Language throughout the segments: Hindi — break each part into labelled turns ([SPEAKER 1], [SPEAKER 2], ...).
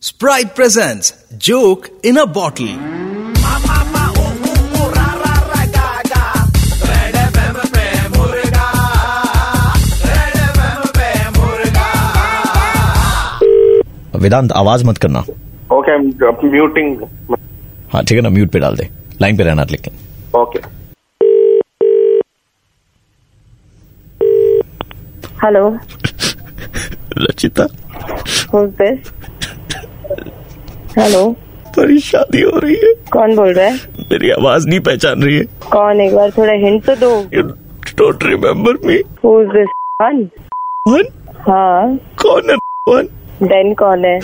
[SPEAKER 1] Sprite presents Joke in a Bottle.
[SPEAKER 2] Vedant आवाज मत करना
[SPEAKER 3] ओके आई एम म्यूटिंग
[SPEAKER 2] हाँ ठीक है ना म्यूट पे डाल दे लाइन पे रहना लेकिन
[SPEAKER 3] okay
[SPEAKER 4] hello
[SPEAKER 2] Rachita
[SPEAKER 4] who's this hello
[SPEAKER 2] तेरी शादी हो रही है
[SPEAKER 4] कौन बोल रहा है
[SPEAKER 2] मेरी आवाज नहीं पहचान रही है
[SPEAKER 4] कौन एक बार थोड़ा हिंट तो दो
[SPEAKER 2] you don't remember me
[SPEAKER 4] who's this कौन
[SPEAKER 2] वन
[SPEAKER 4] हाँ
[SPEAKER 2] कौन है वन
[SPEAKER 4] देन कौन है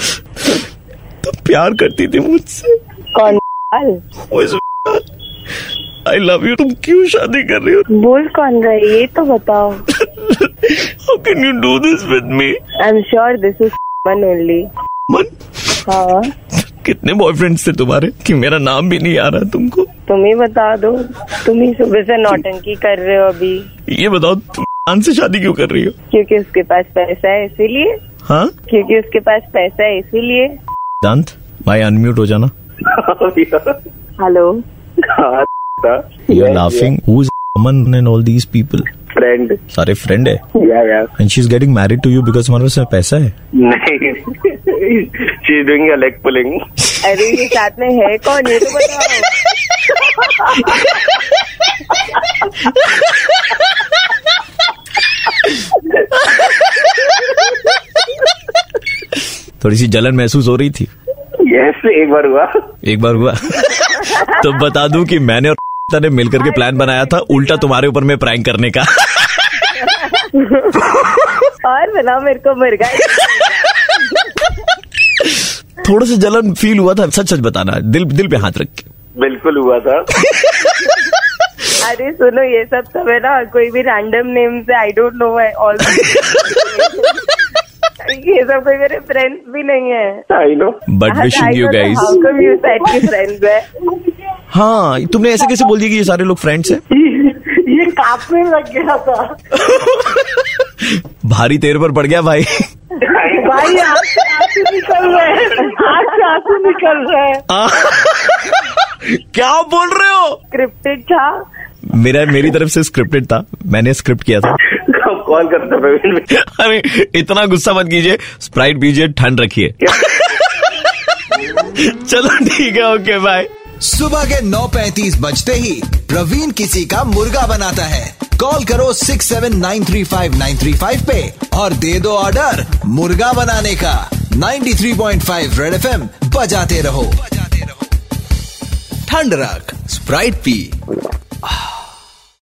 [SPEAKER 2] तुम प्यार करती थी मुझसे
[SPEAKER 4] कौन बाल?
[SPEAKER 2] आई लव यू तुम क्यों शादी कर रही हो
[SPEAKER 4] बोल कौन रहा है ये तो बताओ
[SPEAKER 2] how can you do this with me
[SPEAKER 4] I am sure this is मन ओनली
[SPEAKER 2] मन
[SPEAKER 4] हाँ
[SPEAKER 2] कितने बॉयफ्रेंड्स थे तुम्हारे कि मेरा नाम भी नहीं आ रहा तुमको
[SPEAKER 4] तुम ही बता दो तुम ही सुबह से नौटंकी कर रहे हो अभी
[SPEAKER 2] ये बताओ तुम आन से शादी क्यों कर रही हो
[SPEAKER 4] क्योंकि उसके पास पैसा है इसीलिए
[SPEAKER 2] हाँ
[SPEAKER 4] क्योंकि उसके पास पैसा है इसीलिए
[SPEAKER 2] दांत भाई अनम्यूट हो जाना
[SPEAKER 4] hello
[SPEAKER 2] you are laughing who is Aman and all these people
[SPEAKER 3] friend
[SPEAKER 2] सारे फ्रेंड है
[SPEAKER 3] yeah yeah
[SPEAKER 2] and she is getting married to you because हमारे पास पैसा है
[SPEAKER 3] नहीं she is doing a leg pulling
[SPEAKER 4] अरे ये साथ में है कौन ये तो बताओ
[SPEAKER 2] थोड़ी सी जलन महसूस हो रही थी
[SPEAKER 3] यस एक बार हुआ
[SPEAKER 2] एक बार हुआ तो बता दूं कि मैंने और ने मिलकर के प्लान बनाया था उल्टा तुम्हारे ऊपर में प्रैंक करने का
[SPEAKER 4] और बताओ मेरे को मुर्गा
[SPEAKER 2] थोड़ा सा जलन फील हुआ था सच सच बताना दिल दिल पे हाथ रख के
[SPEAKER 3] बिल्कुल हुआ था
[SPEAKER 4] अरे सुनो ये सब सब है ना कोई भी रैंडम नेम से आई डोंट नो है ऑल ये सब कोई मेरे फ्रेंड्स भी नहीं है
[SPEAKER 3] आई नो
[SPEAKER 4] हाँ,
[SPEAKER 2] बट विशिंग यू गाइज
[SPEAKER 4] कम यू साइड के फ्रेंड्स है
[SPEAKER 2] हाँ तुमने ऐसे कैसे बोल दिया कि ये सारे लोग फ्रेंड्स हैं
[SPEAKER 4] ये काफी लग गया था
[SPEAKER 2] भारी तेर पर पड़ गया भाई
[SPEAKER 4] भाई हाथ से आंसू निकल रहे हैं हाथ से आंसू निकल रहे हैं
[SPEAKER 2] आ, क्या बोल रहे हो
[SPEAKER 4] क्रिप्टेड था
[SPEAKER 2] मेरा मेरी तरफ से स्क्रिप्टेड था मैंने स्क्रिप्ट किया था
[SPEAKER 3] कॉल करते प्रवीण में
[SPEAKER 2] अरे इतना गुस्सा मत कीजिए स्प्राइट पीजिए ठंड रखिए चलो ठीक है ओके बाय
[SPEAKER 1] सुबह के 9:35 बजते ही प्रवीण किसी का मुर्गा बनाता है कॉल करो 6793595 पे और दे दो ऑर्डर मुर्गा बनाने का 93.5 रेड एफएम बजाते रहो ठंड रख स्प्राइट पी